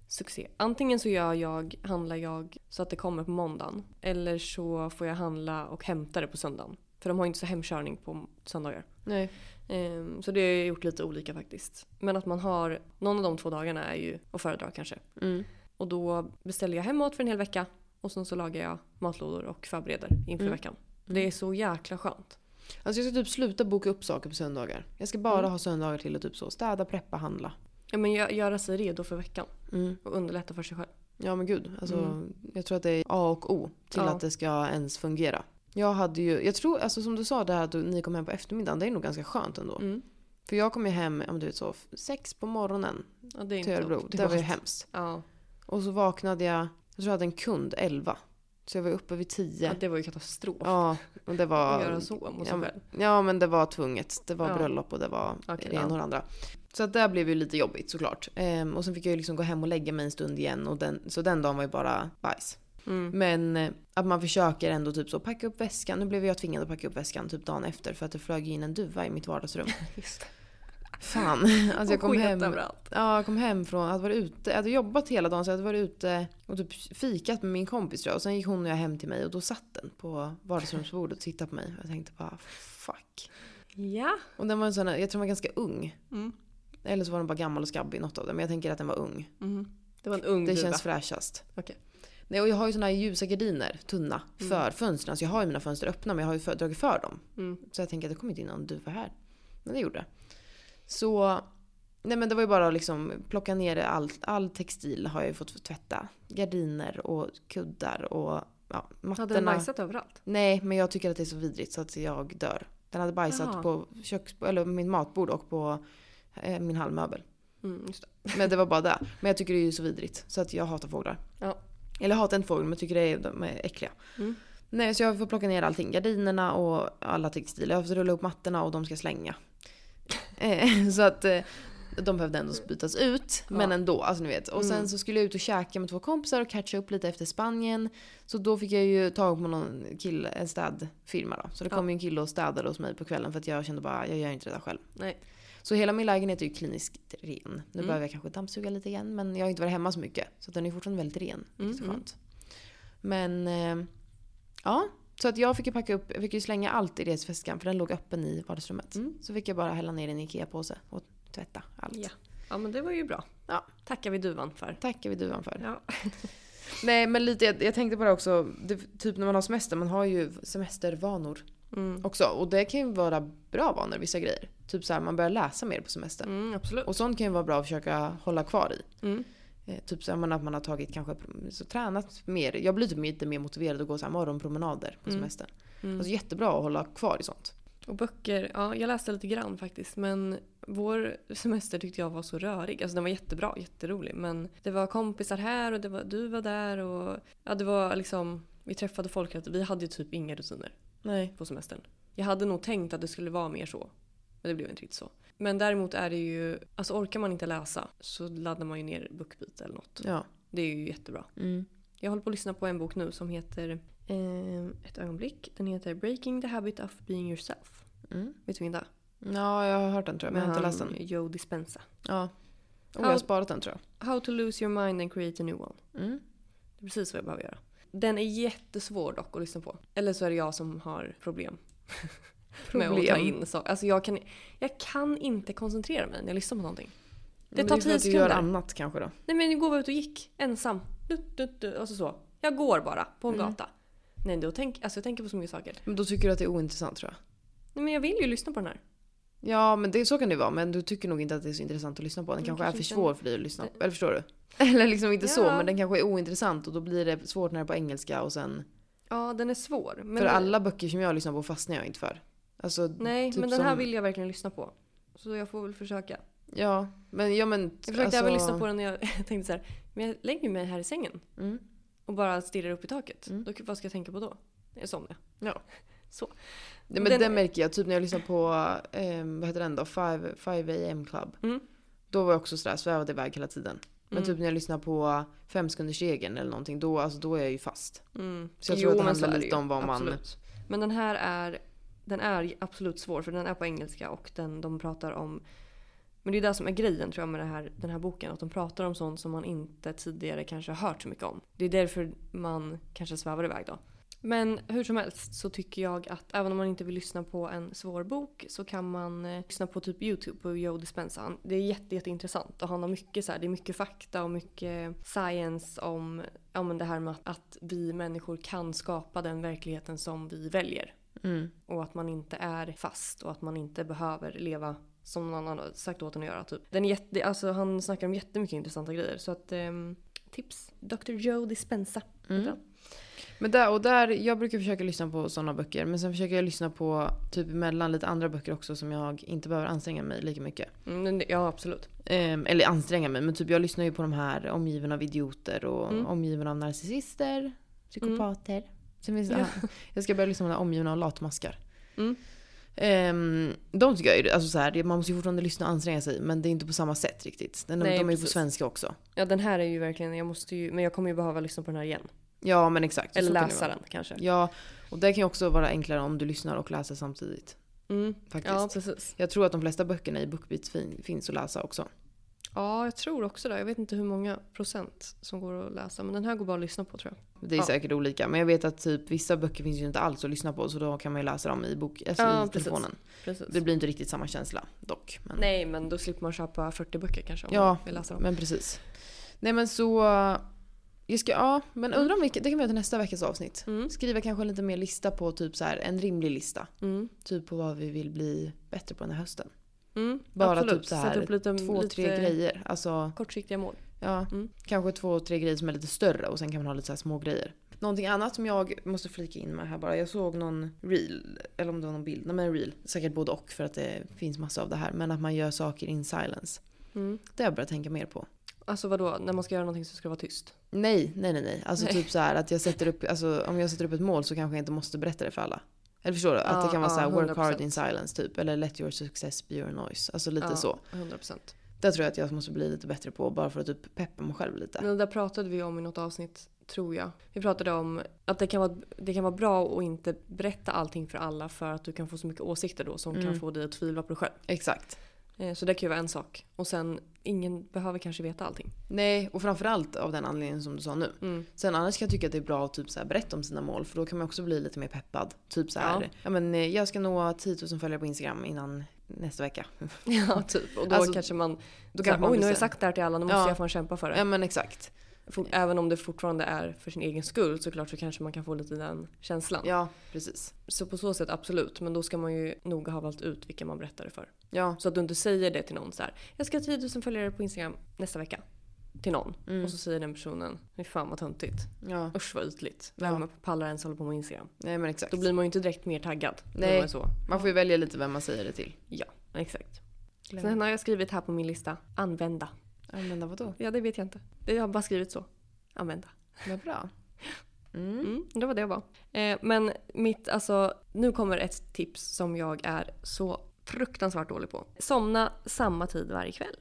B: Succé. Antingen så gör jag, handlar jag så att det kommer på måndagen. Eller så får jag handla och hämta det på söndagen. För de har ju inte så hemkörning på söndagar.
C: Nej.
B: Ehm, så det har jag gjort lite olika faktiskt. Men att man har, någon av de två dagarna är ju att föredra kanske.
C: Mm.
B: Och då beställer jag hem mat för en hel vecka. Och sen så lagar jag matlådor och förbereder inför
C: Mm.
B: veckan.
C: Mm.
B: Det är så jäkla skönt.
C: Alltså jag ska typ sluta boka upp saker på söndagar. Jag ska bara
B: Mm.
C: ha söndagar till att typ så städa, preppa, handla.
B: Ja, men gö- göra sig redo för veckan.
C: Mm.
B: Och underlätta för sig själv.
C: Ja men gud, alltså,
B: Mm.
C: jag tror att det är A och O till
B: Ja.
C: att det ska ens fungera. Jag hade ju, jag tror, alltså som du sa det här att du- ni kom hem på eftermiddagen, det är nog ganska skönt ändå.
B: Mm.
C: För jag kom ju hem, om du vet så, f- sex på morgonen
B: Ja, det är
C: till
B: inte
C: Örebro. Det
B: optimalt.
C: var ju hemskt.
B: Ja.
C: Och så vaknade jag, jag tror jag hade en kund elva. Så jag var uppe vid tio.
B: ja, det var ju katastrof.
C: Ja, och det
B: Att
C: var...
B: göra så mot
C: ja,
B: sig själv.
C: Ja men det var tvunget. Det var
B: Ja.
C: bröllop och det var
B: Okej,
C: det ena
B: ja.
C: och det andra. Så att det blev ju lite jobbigt såklart. Ehm, och sen fick jag ju liksom gå hem och lägga mig en stund igen. Och den, så den dagen var ju bara bajs.
B: Mm.
C: Men eh, att man försöker ändå typ så packa upp väskan. Nu blev jag tvingad att packa upp väskan typ dagen efter för att det flög in en duva i mitt vardagsrum.
B: Just det.
C: Fan. Alltså jag
B: Och
C: kom
B: sket
C: hem.
B: överallt.
C: Ja, jag kom hem från, jag hade varit ute, jag hade jobbat hela dagen så jag hade varit ute och typ fikat med min kompis tror jag. Och sen gick hon och jag hem till mig och då satt den på vardagsrumsbordet och tittade på mig. Och jag tänkte bara fuck.
B: Ja.
C: Och den var en sån, här- jag tror den var ganska ung.
B: Mm.
C: Eller så var den bara gammal och skabbig, något av det. Men jag tänker att den var ung.
B: Mm. Det var en ung
C: Det
B: duva.
C: känns fräschast.
B: Okej.
C: Nej, och jag har ju såna här ljusa gardiner, tunna,
B: Mm.
C: för fönstren. Så jag har ju mina fönster öppna men jag har ju för, dragit för dem.
B: Mm.
C: Så jag tänker att det kommer inte in någon duva här. Men det gjorde det. Så, nej men det var ju bara att liksom plocka ner allt. All textil har jag ju fått tvätta. Gardiner och kuddar och ja,
B: Hade den
C: mattorna.
B: bajsat överallt?
C: nej men jag tycker att det är så vidrigt så att jag dör. Den hade bajsat
B: Jaha.
C: på köks, eller min matbord och på eh, min hallmöbel.
B: Mm, just det.
C: Men det var bara det. Men jag tycker det är ju så vidrigt. Så att jag hatar fåglar.
B: Ja.
C: Eller jag hatar inte fåglar men jag tycker det är, de är äckliga.
B: Mm.
C: Nej så jag får plocka ner allting. Gardinerna och alla textiler. Jag får rulla upp mattorna och de ska slänga. Eh, så att eh, de behövde ändå bytas ut. Men
B: Ja.
C: ändå, alltså ni vet. Och sen
B: Mm.
C: så skulle jag ut och käka med två kompisar och catcha upp lite efter Spanien. Så då fick jag ju tag på någon kille, en städfirma då. Så det kom
B: Ja.
C: ju en kille och städade hos mig på kvällen för att jag kände bara jag gör inte det där själv.
B: Nej.
C: Så hela min lägenhet är ju kliniskt ren. Nu behöver jag kanske dammsuga lite igen men jag har inte varit hemma så mycket. Så den är fortfarande väldigt ren. Vilket är
B: Mm,
C: skönt. Men eh, ja, så att jag fick ju packa upp, jag fick ju slänga allt i resväskan för den låg öppen i vardagsrummet.
B: Mm.
C: Så fick jag bara hälla ner den i en IKEA-påse och tvätta allt.
B: Ja. ja men det var ju bra.
C: Ja.
B: Tackar vi duvan för.
C: Tackar vi duvan för.
B: Ja.
C: Nej men lite, jag, jag tänkte på det också, det, typ när man har semester, man har ju semestervanor
B: Mm.
C: också. Och det kan ju vara bra vanor vissa grejer. Typ så här, man börjar läsa mer på semestern.
B: Mm, absolut.
C: Och sånt kan ju vara bra att försöka hålla kvar i.
B: Mm.
C: Eh, Typ så här, men att man har tagit kanske så tränat mer. Jag blir typ lite mer motiverad att gå så här morgonpromenader på
B: Mm.
C: semestern.
B: Mm.
C: Alltså jättebra att hålla kvar i sånt.
B: Och böcker, ja jag läste lite grann faktiskt men vår semester tyckte jag var så rörig. Alltså den var jättebra, jätterolig men det var kompisar här och det var, du var där och ja det var liksom vi träffade folk, att vi hade ju typ inga rutiner
C: Nej.
B: på semestern. Jag hade nog tänkt att det skulle vara mer så men det blev inte riktigt så. Men däremot är det ju, alltså orkar man inte läsa så laddar man ju ner BookBeat eller något.
C: Ja.
B: Det är ju jättebra.
C: Mm.
B: Jag håller på att lyssna på en bok nu som heter, eh, ett ögonblick, den heter Breaking the Habit of Being Yourself.
C: Mm.
B: Vet du vem det är?
C: Ja, jag har hört den tror jag, men jag har inte läst den.
B: Joe Dispenza.
C: Ja. Och jag
B: Ja.
C: har sparat den tror
B: How to lose your mind and create a new one.
C: jag. Mm.
B: Det är precis vad jag behöver göra. Den är jättesvår dock att lyssna på. Eller så är det jag som har problem. Med att ta in saker. Alltså jag kan, jag kan inte koncentrera mig när jag lyssnar på någonting.
C: Men Det
B: tar
C: tar tio
B: tio
C: sekunder. Du gör
B: sekunder.
C: annat kanske då.
B: Nej men igår var jag ute och gick ensam. Du, du, du, alltså så. Jag går bara på en
C: Mm.
B: gata. Nej då tänk, alltså jag tänker på så mycket saker.
C: Men då tycker du att det är ointressant tror jag.
B: Nej men jag vill ju lyssna på den här.
C: Ja, men det, så kan det vara. Men du tycker nog inte att det är så intressant att lyssna på. Den
B: Mm,
C: kanske är
B: kanske
C: för
B: inte.
C: svår för dig att lyssna på. Eller förstår du? Eller liksom inte så,
B: Ja.
C: men den kanske är ointressant och då blir det svårt när det är på engelska och sen...
B: Ja den är svår. Men
C: för alla böcker som jag lyssnar på fastnar jag inte för. Alltså,
B: Nej
C: typ
B: men den här
C: som-
B: vill jag verkligen lyssna på. Så jag får väl försöka. Alltså-
C: Ja, men... Ja, men alltså-
B: Jag försökte även lyssna på den när jag tänkte så här, men jag lägger mig här i sängen
C: Mm.
B: och bara stirrar upp i taket.
C: Mm.
B: Då, vad ska jag tänka på då? Jag somnar.
C: Ja.
B: Så.
C: Nej, men den...
B: Den-
C: märker jag. Typ när jag lyssnar på, eh, vad heter den då? 5, 5 AM Club.
B: Mm.
C: Då var jag också sådär, svävade iväg hela tiden. Men
B: Mm.
C: typ när jag lyssnar på femsekundersregeln eller någonting, då, alltså, då är jag ju fast.
B: Mm.
C: Så jag tror att det
B: men
C: handlar
B: så är
C: lite
B: ju.
C: om vad man-
B: Absolut. Men den här är, den är absolut svår för den är på engelska och den, de pratar om men det är det som är grejen tror jag med det här, den här boken. Att de pratar om sånt som man inte tidigare kanske har hört så mycket om. Det är därför man kanske svävar iväg då. Men hur som helst så tycker jag att även om man inte vill lyssna på en svår bok så kan man eh, lyssna på typ YouTube på Joe Dispenza. Han- Det är jätte, jätteintressant och han har mycket så här, det är mycket fakta och mycket science om ja, men det här med att, att vi människor kan skapa den verkligheten som vi väljer.
C: Mm.
B: Och att man inte är fast och att man inte behöver leva som någon annan har sagt åt en att göra. Typ. Den är jätte, alltså, han snackar om jättemycket intressanta grejer. Så att, ehm, tips. Dr. Joe Dispenza.
C: Mm.
B: Bra.
C: Men där, och där, jag brukar försöka lyssna på sådana böcker. Men sen försöker jag lyssna på typ mellan lite andra böcker också som jag inte behöver anstränga mig lika mycket.
B: Mm, ja, absolut.
C: Ehm, eller anstränga mig, men typ jag lyssnar ju på de här omgiven av idioter och
B: Mm.
C: omgiven av narcissister, psykopater. Sen finns det,
B: Ja.
C: Jag ska börja lyssna på den här omgiven av latmaskar.
B: Mm.
C: Ehm, de tycker jag ju, alltså så här, man måste ju fortfarande lyssna och anstränga sig men det är inte på samma sätt riktigt. Den,
B: Nej,
C: de är ju på
B: precis.
C: svenska också.
B: Ja, den här är ju verkligen, jag måste ju, men jag kommer ju behöva lyssna på den här igen.
C: Ja men exakt.
B: Eller
C: så kan det
B: läsa
C: vara.
B: den kanske.
C: Ja, och det kan ju också vara enklare om du lyssnar och läser samtidigt.
B: Mm.
C: Faktiskt.
B: Ja, precis.
C: Jag tror att de flesta böckerna i BookBeat fin- finns att läsa också.
B: Ja, jag tror också det. Jag vet inte hur många procent som går att läsa. Men den här går bara att lyssna på tror jag.
C: Det är
B: Ja.
C: säkert olika. Men jag vet att typ vissa böcker finns ju inte alls att lyssna på så då kan man ju läsa dem i, bok, alltså
B: Ja,
C: i
B: precis.
C: telefonen.
B: Precis.
C: Det blir inte riktigt samma känsla dock. Men,
B: Nej, men då slipper man köpa 40 böcker kanske om
C: Mm. Ja,
B: man vill läsa dem.
C: men precis. Nej men så... Jag ska, ja, men undrar om vilket, det kan vi göra till nästa veckas avsnitt.
B: Mm.
C: Skriva kanske en lite mer lista på typ så här, en rimlig lista.
B: Mm.
C: Typ på vad vi vill bli bättre på den här hösten.
B: Mm.
C: Bara
B: Absolut.
C: typ så här
B: Sätta upp lite,
C: Två,
B: lite
C: tre grejer. Alltså,
B: kortsiktiga mål.
C: ja.
B: Mm.
C: Kanske två, tre grejer som är lite större och sen kan man ha lite så här små grejer. Någonting annat som jag måste flika in med här bara. Jag såg någon reel, eller om det var någon bild. Nej men en reel. Säkert både och för att det finns massa av det här. Men att man gör saker in silence.
B: Mm.
C: Det har jag börjat tänka mer på.
B: Alltså vadå, när man ska göra någonting så ska det vara tyst?
C: Nej, nej, nej. nej. Alltså
B: Nej.
C: typ så här att jag sätter upp, alltså om jag sätter upp ett mål så kanske jag inte måste berätta det för alla. Eller förstår du? Att det
B: Ja,
C: kan vara
B: ja,
C: så här work hard
B: 100%.
C: in silence typ. Eller let your success be your noise. Alltså lite
B: ja,
C: så.
B: 100 procent.
C: Det tror jag att jag måste bli lite bättre på bara för att typ peppa mig själv lite.
B: Det där pratade vi om i något avsnitt, tror jag. Vi pratade om att det kan vara, det kan vara bra att inte berätta allting för alla för att du kan få så mycket åsikter då som
C: Mm.
B: kan få dig att tvivla på dig själv.
C: Exakt.
B: Eh, Så det kan ju vara en sak. Och sen, ingen behöver kanske veta allting.
C: Nej, och framförallt av den anledningen som du sa nu.
B: Mm.
C: Sen annars kan jag tycka att det är bra att typ så här berätta om sina mål för då kan man också bli lite mer peppad. Typ så här,
B: Ja.
C: ja. men eh, jag ska nå 10 000 följare på Instagram innan nästa vecka.
B: Ja, typ. Och då
C: Alltså,
B: kanske man... Då
C: kanske man
B: Oj,
C: blir
B: nu har jag
C: sen."
B: sagt det här till alla, nu måste
C: Ja.
B: jag fan kämpa för det.
C: Ja men exakt.
B: Fort, även om det fortfarande är för sin egen skull såklart så kanske man kan få lite den känslan.
C: Ja, precis.
B: Så på så sätt absolut, men då ska man ju noga ha valt ut vilka man berättar det för.
C: Ja,
B: Så att du inte säger det till någon så här. Jag ska ha 10 000 följare på Instagram nästa vecka. Till någon.
C: Mm.
B: Och så säger den personen, fy fan vad töntigt.
C: ja.
B: Usch vad ytligt.
C: Ja.
B: Vem pallar ens hålla på med Instagram?
C: Nej men exakt.
B: Då blir man ju inte direkt mer taggad. när
C: Nej.
B: man är Så.
C: Man får ju välja lite vem man säger det till.
B: Ja, exakt. Sen har jag skrivit här på min lista, använda.
C: Använda vadå?
B: Ja, det vet jag inte. Jag har bara skrivit så. Använda.
C: Vad bra. Mm.
B: Mm, det var det jag var. Eh, men mitt, alltså, nu kommer ett tips som jag är så fruktansvärt dålig på. Somna samma tid varje kväll.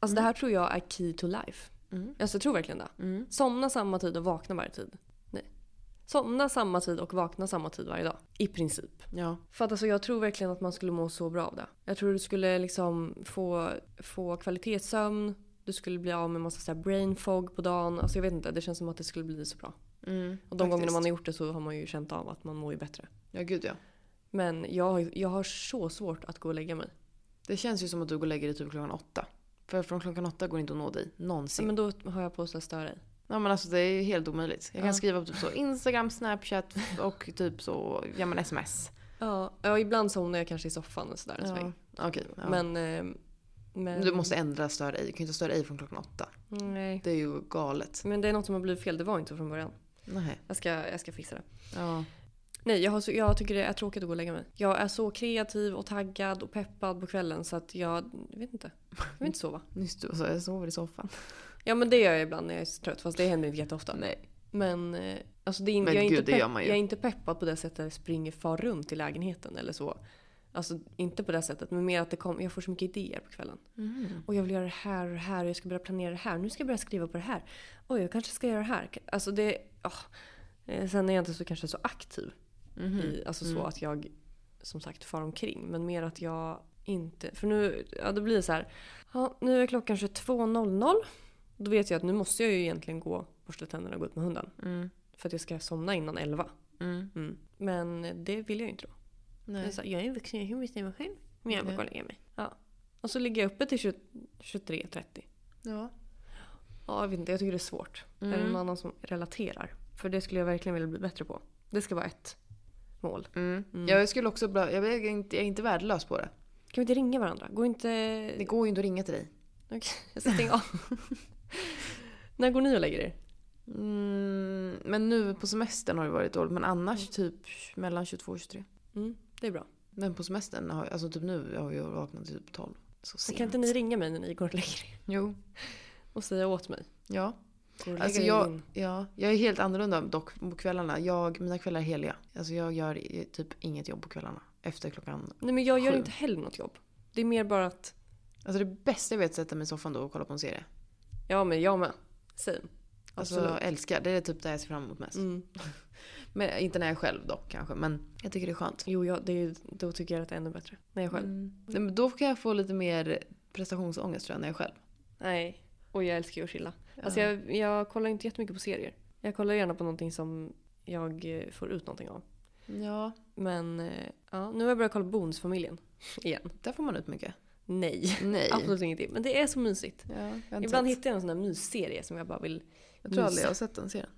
B: Alltså det här tror jag är key to life.
C: Mm.
B: Alltså, jag tror verkligen det.
C: Mm.
B: Somna samma tid och vakna varje tid. Nej. Somna samma tid och vakna samma tid varje dag. I princip.
C: Ja.
B: För att alltså, jag tror verkligen att man skulle må så bra av det. Jag tror du skulle liksom få, få kvalitetssömn. Du skulle bli av med massa så här brain fog på dagen. Alltså jag vet inte, det känns som att det skulle bli så bra.
C: Mm.
B: Och de gångerna
C: Faktiskt.
B: man har gjort det så har man ju känt av att man mår ju bättre.
C: Ja gud ja.
B: Men jag, har ju- jag har så svårt att gå och lägga mig.
C: Det känns ju som att du går och lägger dig typ klockan åtta. För från klockan åtta går det inte att nå dig. Någonsin.
B: Men då har jag på att störa dig.
C: Ja men alltså det är ju helt omöjligt. Jag kan
B: Ja.
C: skriva på typ så Instagram, Snapchat och typ så, ja men sms.
B: Ja, ja ibland somnar jag kanske i soffan och sådär en
C: Ja.
B: sväng.
C: Okej. ja. men,
B: Men, eh, men...
C: Du måste ändra stör dig. Du kan ju inte störa dig från klockan åtta.
B: Nej.
C: Det är ju galet.
B: Men det är något som har blivit fel, det var inte så från början.
C: Nej.
B: Jag ska, jag ska fixa det.
C: Ja.
B: Nej, jag, har så, jag tycker det är tråkigt att gå och lägga mig. Jag är så kreativ och taggad och peppad på kvällen så att jag, jag vet inte. Jag vill inte sova.
C: Just det, så jag sover i soffan.
B: Ja men det gör jag ibland när jag är så trött fast det händer inte jätteofta.
C: Nej.
B: Men, eh, alltså det är, in-
C: Men
B: jag, är
C: gud,
B: inte
C: det
B: pepp-
C: gör man ju.
B: jag är inte peppad på det sättet att jag springer far runt i lägenheten eller så. Alltså inte på det sättet men mer att det kom, jag får så mycket idéer på kvällen. Och jag vill göra det här och det här och jag ska börja planera det här. Nu ska jag börja skriva på det här. Oj, jag kanske ska göra det här. Alltså det... åh. Eh, Sen är jag inte så, kanske så aktiv.
C: Mm-hmm. Mm.
B: I, alltså så att jag som sagt far omkring. Men mer att jag inte... För nu ja, det blir så här. Ja, nu är klockan 22.00. Då vet jag att nu måste jag ju egentligen gå, borsta tänderna och gå ut med hunden.
C: Mm.
B: För att jag ska somna innan 11.
C: Mm.
B: Mm. Men det vill jag ju inte då. Jag,
C: Nej.
B: sa, jag är vuxen, jag kan bestämma själv. Men jag vill
C: Nej.
B: gå och lägga mig. Ja. Och så ligger jag uppe till 20- 23.30.
C: Ja.
B: Ja, jag vet inte. Jag tycker det är svårt.
C: Mm.
B: Är det någon annan som relaterar? För det skulle jag verkligen vilja bli bättre på. Det ska vara ett mål.
C: Mm. Jag skulle också bra, jag är inte, jag är inte värdelös på det.
B: Kan vi inte ringa varandra? Går inte...
C: Det går ju inte att ringa till dig.
B: Okej, jag ska stänga av. När går ni och lägger er?
C: Mm. Men nu på semestern har det varit dåligt. Men annars typ mellan 22 och 23.
B: Mm, det är bra.
C: Men på semestern, har, alltså typ nu har jag vaknat till typ 12. Så sent.
B: Kan inte ni ringa mig när ni går och lägger er?
C: Jo.
B: Och säga åt mig.
C: Ja.
B: Går och lägger
C: Alltså
B: dig
C: jag,
B: in.
C: ja, jag är helt annorlunda dock på kvällarna. Jag, mina kvällar är heliga. Alltså jag gör i- typ inget jobb på kvällarna. Efter klockan.
B: Nej men jag gör
C: Sju.
B: inte heller något jobb. Det är mer bara att...
C: Alltså det bästa jag vet är att sätta mig i soffan då och kolla på en serie.
B: Ja men jag med. Same.
C: Alltså
B: Absolut.
C: jag älskar. Det är typ det jag ser fram emot mest.
B: Mm.
C: Men inte när jag är själv dock kanske. Men jag tycker det är skönt.
B: Jo, jag, det är, då tycker jag att det är ännu bättre. När jag är själv.
C: Mm. Nej, men då kan jag få lite mer prestationsångest tror jag när jag är själv.
B: Nej. Och jag älskar ju att chilla. Alltså jag, jag kollar inte jättemycket på serier. Jag kollar gärna på någonting som jag eh, får ut någonting av.
C: Ja,
B: Men eh, ja, nu har jag börjat kolla på Bonusfamiljen. Igen.
C: där får man ut mycket.
B: Nej.
C: Nej.
B: Absolut ingenting. Men det är så mysigt.
C: Ja, jag har inte
B: Ibland
C: sett.
B: hittar jag en sån där mysserie som jag bara vill...
C: jag tror aldrig
B: mysa.
C: jag har sett den serien.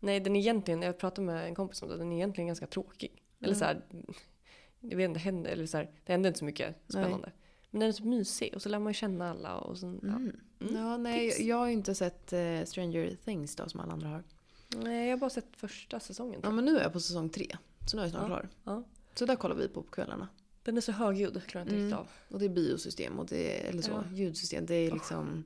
B: Nej, den är egentligen, jag pratade med en kompis om det, den är egentligen ganska tråkig. Eller
C: Mm.
B: så här, jag vet inte, det händer, eller så här, det händer inte så mycket spännande. Men den är så mysig och så lär man ju känna alla och sen, ja.
C: Mm.
B: Mm.
C: Ja, nej,
B: Tips.
C: jag, jag har ju inte sett eh, Stranger Things då som alla andra har.
B: Nej, jag har bara sett första säsongen.
C: Ja
B: tror jag.
C: men nu är jag på säsong tre. Så nu är jag snart
B: Ja,
C: klar.
B: ja.
C: Så där kollar vi på på kvällarna.
B: Den är så högljudd, jag klarar inte
C: Mm.
B: riktigt av.
C: Och det är biosystem och det är, eller så,
B: Ja.
C: ljudsystem. Det är liksom...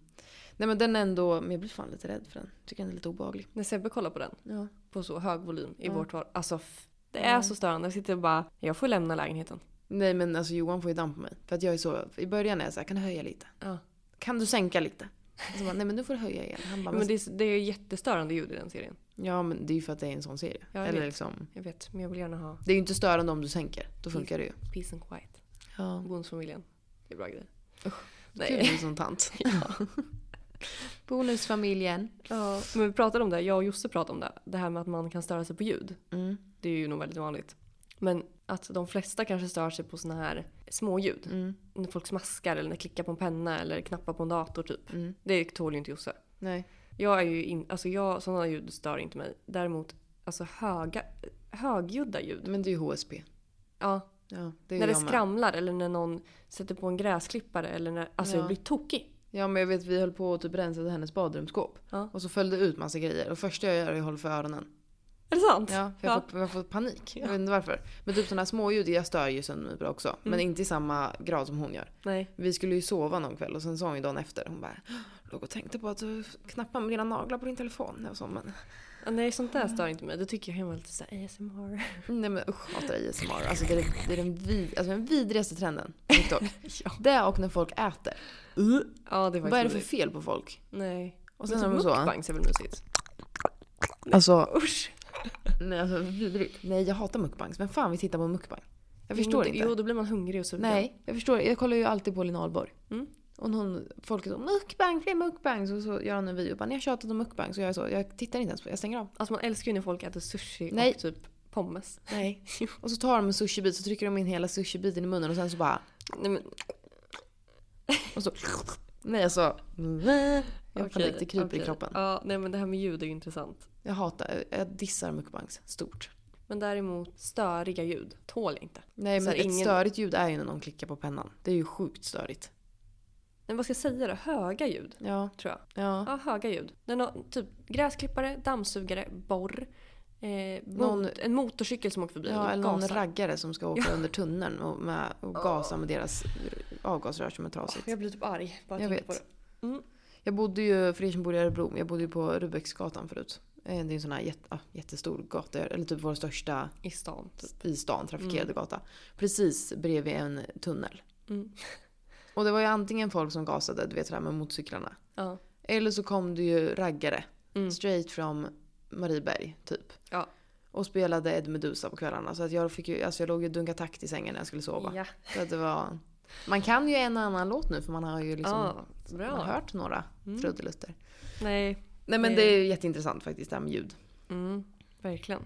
C: Nej men den är ändå, men jag blir fan lite rädd för den. Tycker den är lite obehaglig.
B: När Sebbe kollar på den
C: Ja.
B: på så hög volym i
C: Ja.
B: vårt var, alltså f- det är
C: Mm.
B: så störande. Jag sitter och bara, jag får lämna lägenheten.
C: Nej men alltså Johan får ju damp på mig. För att jag är så, i början är jag så här, kan du höja lite?
B: Ja.
C: Kan du sänka lite? Och så bara, nej men nu får du höja igen. Han bara,
B: Men det, är- det är jättestörande ljud i den serien.
C: Ja men det är ju för att det är en sån serie.
B: Ja, jag
C: Eller
B: vet.
C: liksom,
B: Jag vet, men jag vill gärna ha
C: det är ju inte störande om du sänker. Då funkar det ju.
B: peace and quiet.
C: Ja.
B: Bonusfamiljen, det är bra grejer.
C: Gud, du
B: Nej.
C: är som tant. Bonusfamiljen.
B: Ja, men vi pratade om det, jag och Josse pratade om det. Det här med att man kan störa sig på ljud.
C: Mm.
B: Det är ju nog väldigt vanligt. Men att de flesta kanske stör sig på såna här småljud.
C: Mm.
B: När folk smaskar eller när klickar på en penna eller knappar på en dator typ.
C: Mm.
B: Det tål ju inte Josse.
C: Nej.
B: Jag är ju in, alltså jag, sådana ljud stör inte mig. Däremot alltså höga, högljudda ljud.
C: Men det är ju HSP.
B: Ja,
C: Ja, det är
B: när det
C: jag med.
B: skramlar eller när någon sätter på en gräsklippare. Eller när, alltså
C: Ja.
B: jag blir tokig.
C: Ja men jag vet vi höll på att typ rensa hennes badrumsskåp.
B: Ja.
C: Och så följde det ut massa grejer. Och första jag gör är att hålla för öronen.
B: Är det sant?
C: Ja, för jag, Får, jag får panik. Jag vet inte varför. Men typ sådana här småljud, jag stör ju sömnmyra också. Men inte i samma grad som hon gör.
B: Nej.
C: Vi skulle ju sova någon kväll och sen sa hon ju dagen efter. Hon bara låg och tänkte på att du knappar med dina naglar på din telefon. Jag sa men
B: Ja, Nej, sånt där stör inte mig. Det tycker jag kan vara lite såhär ASMR.
C: nej men usch hatar ASMR. Alltså det är, det är den, vid, alltså, den vidrigaste trenden på TikTok.
B: Ja.
C: Det och när folk äter.
B: Ja, det var
C: Vad är det för fel på folk?
B: Nej.
C: Och sen
B: Men
C: har de
B: typ
C: så.
B: mukbangs är väl mysigt?
C: Alltså
B: Usch!
C: nej alltså vidrigt. Nej jag hatar mukbangs. Vem fan vill titta på en mukbang? Jag
B: Jo,
C: förstår
B: det-
C: inte.
B: Jo, då blir man hungrig och sugen.
C: Nej, jag förstår. Jag kollar ju alltid på Lina Ahlborg.
B: Mm.
C: Och hon, folk är så mukbang, fler mukbang. Så, så gör hon en video och bara ni har tjatat om mukbang. Så gör jag så. Jag tittar inte ens på Jag stänger av.
B: Alltså man älskar ju när folk äter sushi
C: Nej.
B: och typ pommes.
C: Nej. och så tar de en sushibit så trycker de in hela sushibiten i munnen och sen så bara...
B: Nej, men,
C: Och så, nej alltså. Jag får
B: okej,
C: direkt, det kryper
B: okej.
C: i kroppen.
B: Ja, nej men det här med ljud är ju intressant.
C: Jag hatar, jag dissar mukbangs stort.
B: Men däremot störiga ljud tål jag inte.
C: Nej
B: Så
C: men
B: här,
C: ett
B: ingen-
C: störigt ljud är ju när någon klickar på pennan. Det är ju sjukt störigt.
B: Men vad ska jag säga då? Höga ljud,
C: Ja,
B: tror jag.
C: ja.
B: Ja, höga ljud. När någon, typ gräsklippare, dammsugare, borr. Eh, mot,
C: Någon-
B: En motorcykel som åker förbi
C: Ja,
B: och
C: eller någon
B: gasar.
C: raggare som ska åka under tunneln och, med, och gasa med deras avgasrör som är trasigt.
B: Jag blir typ arg bara
C: Jag
B: jag tänka på
C: vet.
B: det.
C: Jag bodde ju, för er som bor i Örebro, jag bodde ju på Rubeksgatan förut. Eh, Det är en sån här jätte, ah, jättestor gata, eller typ vår största
B: I stan typ.
C: i stan trafikerade gata. Precis bredvid en tunnel.
B: Mm.
C: Och det var ju antingen folk som gasade, du vet det där med motorcyklarna.
B: Ja.
C: Eller så kom det ju raggare.
B: Mm.
C: Straight from Marieberg typ.
B: Ja.
C: Och spelade Ed Meduza på kvällarna. Så att jag, fick ju, alltså jag låg ju och dunkade takt i sängen när jag skulle sova.
B: Ja.
C: Så att det var... Man kan ju en och annan låt nu för man har ju liksom
B: ja,
C: man har
B: bra.
C: hört några trudelutter.
B: Nej,
C: Nej men
B: Eh.
C: det är ju jätteintressant faktiskt det här med ljud.
B: mm, verkligen.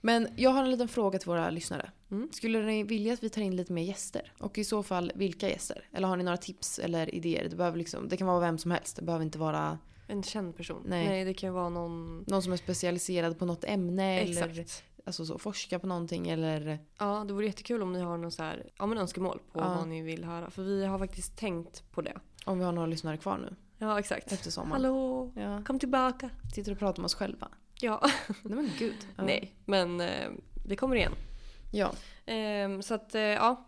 C: Men jag har en liten fråga till våra lyssnare.
B: Mm.
C: Skulle ni vilja att vi tar in lite mer gäster? Och i så fall vilka gäster? Eller har ni några tips eller idéer? Det, behöver liksom, det kan vara vem som helst. Det behöver inte vara
B: En känd person.
C: Nej.
B: Nej, det kan ju vara någon...
C: någon som är specialiserad på något ämne eller
B: Exakt.
C: alltså så, forskar på någonting eller...
B: Ja, det vore jättekul om ni har någon så här, ja, men önskemål på
C: Ja.
B: vad ni vill höra. För vi har faktiskt tänkt på det.
C: Om vi har några lyssnare kvar nu
B: Ja, exakt.
C: efter sommaren.
B: Hallå,
C: Ja.
B: kom tillbaka.
C: Sitter och pratar om oss själva.
B: Ja,
C: Nej men gud. Ja.
B: nej, men eh, vi kommer igen.
C: Ja.
B: Ehm, så att, eh, ja.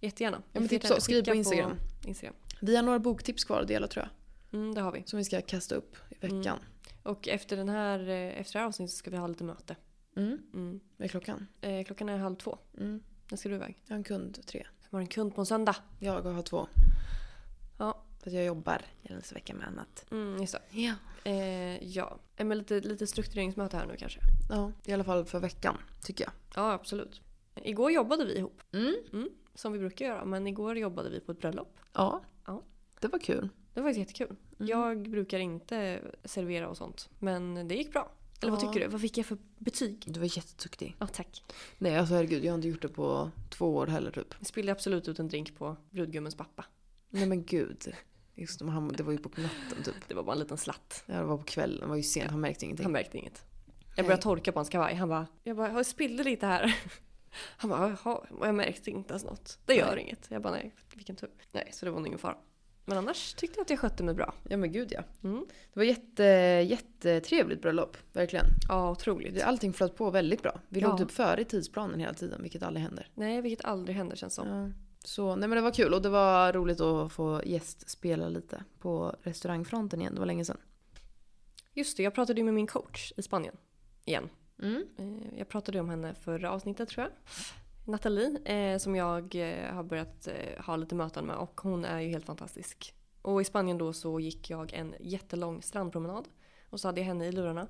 B: Jättegärna.
C: men
B: Ni får
C: typ
B: gärna
C: så, skriv
B: skicka
C: på Instagram.
B: Instagram.
C: Vi har några boktips kvar att dela tror jag.
B: Mm, det har vi.
C: Som vi ska kasta upp i veckan.
B: Och efter, den här, eh, efter det här avsnittet så ska vi ha lite möte.
C: Mm.
B: Mm.
C: Vad är klockan?
B: Eh, klockan är halv två.
C: Mm.
B: När ska du iväg?
C: Jag har en kund tre.
B: Jag har en kund på en söndag.
C: Jag har två.
B: Ja.
C: För att jag jobbar gällande med annat.
B: Mm, just det.
C: Ja.
B: Eh, ja, Eh, men lite, lite struktureringsmöte här nu kanske.
C: Ja, i alla fall för veckan tycker jag.
B: Ja, absolut. Igår jobbade vi ihop,
C: Mm.
B: som vi brukar göra, men igår jobbade vi på ett bröllop.
C: Ja.
B: Ja.
C: Det var kul.
B: Det var faktiskt jättekul. Jag brukar inte servera och sånt, men det gick bra. Eller vad
C: Ja.
B: tycker du? Vad fick jag för betyg?
C: Du var jätteduktig.
B: Ja, tack.
C: Nej, alltså herregud, jag har inte gjort det på två år heller typ.
B: Jag spillde absolut ut en drink på brudgummens pappa.
C: Nej men gud. Just det, men han, det var ju på natten typ.
B: Det var bara en liten slatt.
C: Ja, det var på kvällen, det var ju sent, han märkte ingenting.
B: Han märkte inget. Jag började
C: Nej.
B: torka på hans kavaj. Han bara, jag, bara, jag spillde lite här. Han bara, jaha, och jag märkte inte ens något. Det gör
C: Nej.
B: inget. Jag bara, nej, vilken tur. Nej, så det var nog ingen fara. Men annars tyckte jag att jag skötte mig bra.
C: Ja men gud ja.
B: Mm.
C: Det var jätte, jättetrevligt bröllop, verkligen.
B: Ja, otroligt.
C: Det- Allting flöt på väldigt bra. Vi
B: Ja.
C: låg typ före i tidsplanen hela tiden, vilket aldrig händer.
B: Nej, vilket aldrig händer känns som.
C: Ja. Så nej men det var kul och det var roligt att få gästspela lite på restaurangfronten igen. Det var länge sedan.
B: Just det, jag pratade ju med min coach i Spanien. Igen.
C: Mm.
B: Eh, Jag pratade ju om henne förra avsnittet tror jag. Nathalie, eh, som jag eh, har börjat eh, ha lite möten med och hon är ju helt fantastisk. Och i Spanien då så gick jag en jättelång strandpromenad och så hade jag henne i lurarna.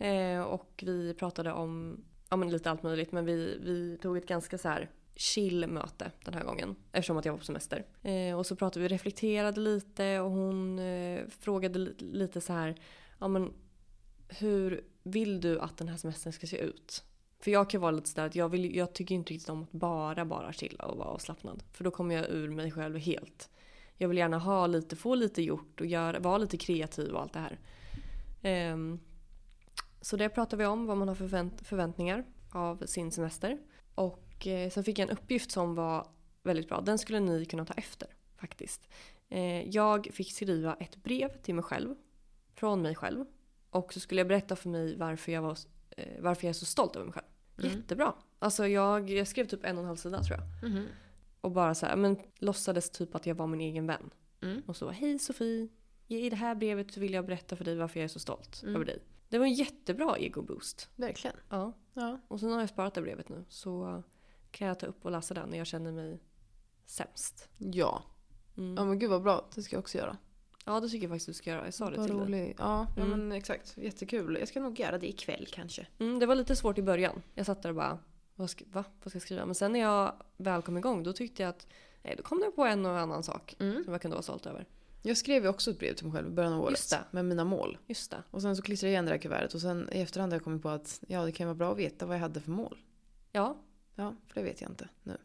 B: Eh, och vi pratade om ja, men lite allt möjligt. Men vi, vi tog ett ganska så här chill möte den här gången. Eftersom att jag var på semester. Eh, och så pratade vi, reflekterade lite och hon eh, frågade li- lite så här. Ja, men hur vill du att den här semestern ska se ut? För jag kan vara lite sådär att jag, vill, jag tycker inte riktigt om att bara, bara chilla och vara avslappnad. För då kommer jag ur mig själv helt. Jag vill gärna ha lite, få lite gjort och göra, vara lite kreativ och allt det här. Ehm, så det pratar vi om, vad man har för förvänt- förväntningar av sin semester. Och eh, sen fick jag en uppgift som var väldigt bra. Den skulle ni kunna ta efter faktiskt. Eh, jag fick skriva ett brev till mig själv. Från mig själv. Och så skulle jag berätta för mig varför jag, var, eh, varför jag är så stolt över mig själv.
C: Mm.
B: Jättebra. Alltså jag, jag skrev typ en och en halv sida tror jag.
C: Mm-hmm.
B: Och bara så här, men låtsades typ att jag var min egen vän.
C: Mm.
B: Och så hej Sofie, i det här brevet så vill jag berätta för dig varför jag är så stolt
C: Mm.
B: över dig. Det var en jättebra ego-boost.
C: Verkligen.
B: Ja.
C: Ja.
B: Och sen har jag sparat det brevet nu så kan jag ta upp och läsa den när jag känner mig sämst.
C: Ja.
B: Mm.
C: ja, men gud vad bra. Det ska jag också göra.
B: Ja det tycker jag faktiskt du ska göra, jag sa det
C: Vad
B: till dig.
C: rolig. Ja, ja
B: Mm.
C: men exakt. Jättekul. Jag ska nog göra det ikväll kanske.
B: Mm, det var lite svårt i början. Jag satt där och bara, vad ska, va? vad ska jag skriva? Men sen när jag väl kom igång då tyckte jag att, nej då kom det på en och annan sak
C: Mm.
B: som jag kunde vara stolt över.
C: Jag skrev ju också ett brev till mig själv i början av året
B: Just det.
C: med mina mål.
B: Just det.
C: Och sen så klistrade jag igen det där kuvertet och sen i efterhand har jag kommit på att ja, det kan vara bra att veta vad jag hade för mål.
B: Ja,
C: Ja, för det vet jag inte nu.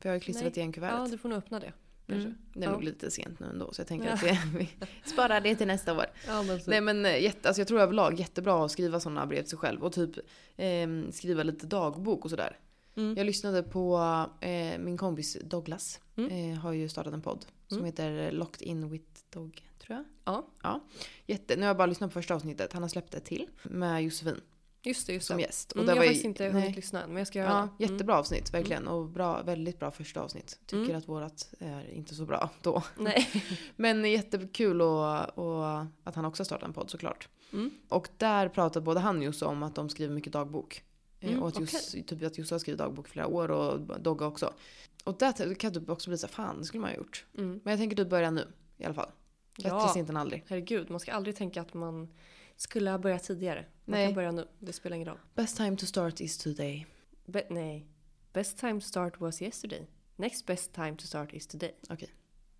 C: För jag har ju klistrat
B: Nej.
C: igen
B: ja
C: kuvertet.
B: du får nog öppna det.
C: mm.
B: kanske.
C: Det är
B: Ja.
C: nog lite sent nu ändå så jag tänker
B: Ja.
C: att det, vi sparar det till nästa år.
B: Ja, men så.
C: Nej men eh, jätte, alltså jag tror överlag jättebra att skriva sådana brev till sig själv och typ ehm, skriva lite dagbok och sådär.
B: Mm.
C: Jag lyssnade på eh, min kompis Douglas.
B: Mm.
C: Eh, har ju startat en podd som
B: Mm.
C: heter Locked In With Dog tror jag.
B: Ja.
C: ja. Jätte, nu har jag bara lyssnat på första avsnittet. Han har släppt ett till med Josefin
B: Just det, just
C: som
B: det.
C: gäst.
B: Mm,
C: det
B: jag har
C: ju-
B: faktiskt inte
C: nej.
B: hunnit lyssna Mm. än men jag ska göra
C: Ja,
B: det.
C: jättebra avsnitt verkligen och bra, väldigt bra första avsnitt. Tycker
B: Mm.
C: att vårat är inte så bra då.
B: Mm. Nej.
C: Men jättekul och, och att han också startar en podd såklart.
B: Mm.
C: Och där pratar både han och Josse om att de skriver mycket dagbok. Eh,
B: Mm,
C: och att Josse, typ, att Josse har skrivit dagbok i flera år och Dogga också. Och där t- kan du också bli så här, fan det skulle man ha gjort.
B: Mm.
C: Men jag tänker du börja nu i alla fall. Bättre
B: Ja.
C: sent än aldrig.
B: Herregud, man ska aldrig tänka att man skulle ha börjat tidigare. Man
C: Nej.
B: kan börja nu, det spelar ingen roll.
C: Best time to start is today.
B: Be- nej. Best time to start was yesterday. Next best time to start is today.
C: Okej.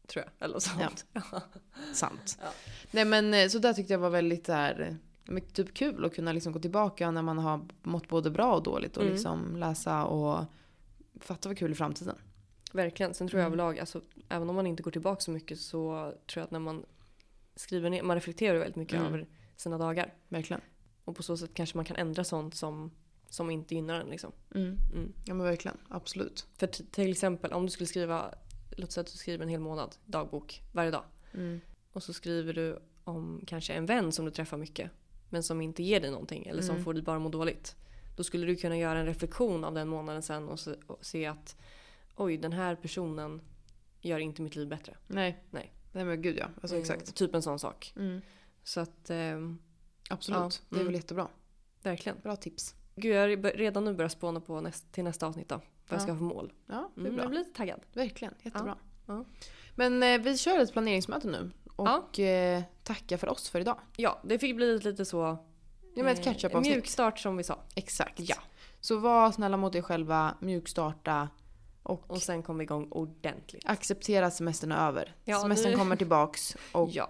B: Tror jag, eller något sånt. Ja.
C: Sant.
B: Ja.
C: Nej men eh, så där tyckte jag var väldigt där, typ kul att kunna liksom gå tillbaka när man har mått både bra och dåligt och
B: Mm.
C: liksom läsa och fatta vad kul i framtiden.
B: Verkligen, sen tror jag
C: Mm.
B: överlag, alltså, även om man inte går tillbaka så mycket så tror jag att när man skriver ner, man reflekterar ju väldigt mycket
C: Mm.
B: över sina dagar.
C: Verkligen.
B: Och på så sätt kanske man kan ändra sånt som, som inte gynnar en liksom. Mm.
C: Ja men verkligen, absolut.
B: För t- till exempel om du skulle skriva, låt säga att du skriver en hel månad dagbok varje dag. Och så skriver du om kanske en vän som du träffar mycket. Men som inte ger dig någonting eller som
C: Mm.
B: får dig bara må dåligt. Då skulle du kunna göra en reflektion av den månaden sen och se, och se att oj den här personen gör inte mitt liv bättre.
C: Nej.
B: Nej.
C: Nej men gud ja, alltså exakt.
B: Eh, Typ en sån sak.
C: Mm.
B: Så att ehm,
C: Absolut,
B: Ja,
C: det är väl
B: mm.
C: jättebra.
B: verkligen.
C: Bra tips.
B: Gud jag har bör- redan nu börjat spåna på näst, till nästa avsnitt då. Vad
C: Ja.
B: jag ska ha för mål.
C: Ja, det är
B: Mm,
C: bra.
B: jag blir lite taggad.
C: Verkligen, jättebra.
B: Ja.
C: Men eh, vi kör ett planeringsmöte nu och eh, tackar för oss för idag.
B: Ja det fick bli lite så.
C: Ja, men ett
B: eh,
C: catch-up-avsnitt.
B: Mjuk start som vi sa.
C: Exakt.
B: Ja.
C: Så var snälla mot er själva, mjukstarta och,
B: Och sen kom vi igång ordentligt.
C: acceptera att semestern är över.
B: Ja,
C: semestern
B: nu-
C: kommer tillbaks och
B: Ja,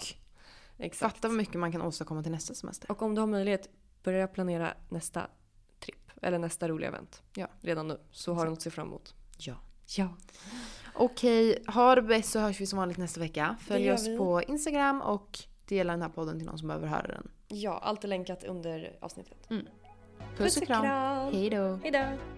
B: Exakt.
C: fatta vad mycket man kan åstadkomma till nästa semester.
B: Och om du har möjlighet, börja planera nästa tripp. Eller nästa roliga event.
C: Ja.
B: Redan nu. Så har du något att se fram emot.
C: Ja.
B: Ja.
C: Okej, ha det bäst så hörs vi som vanligt nästa vecka. Följ
B: gör
C: oss
B: vi.
C: på Instagram och dela den här podden till någon som behöver höra den.
B: Ja, allt är länkat under avsnittet.
C: Puss och kram.
B: kram.
C: Hej då.
B: Hej då.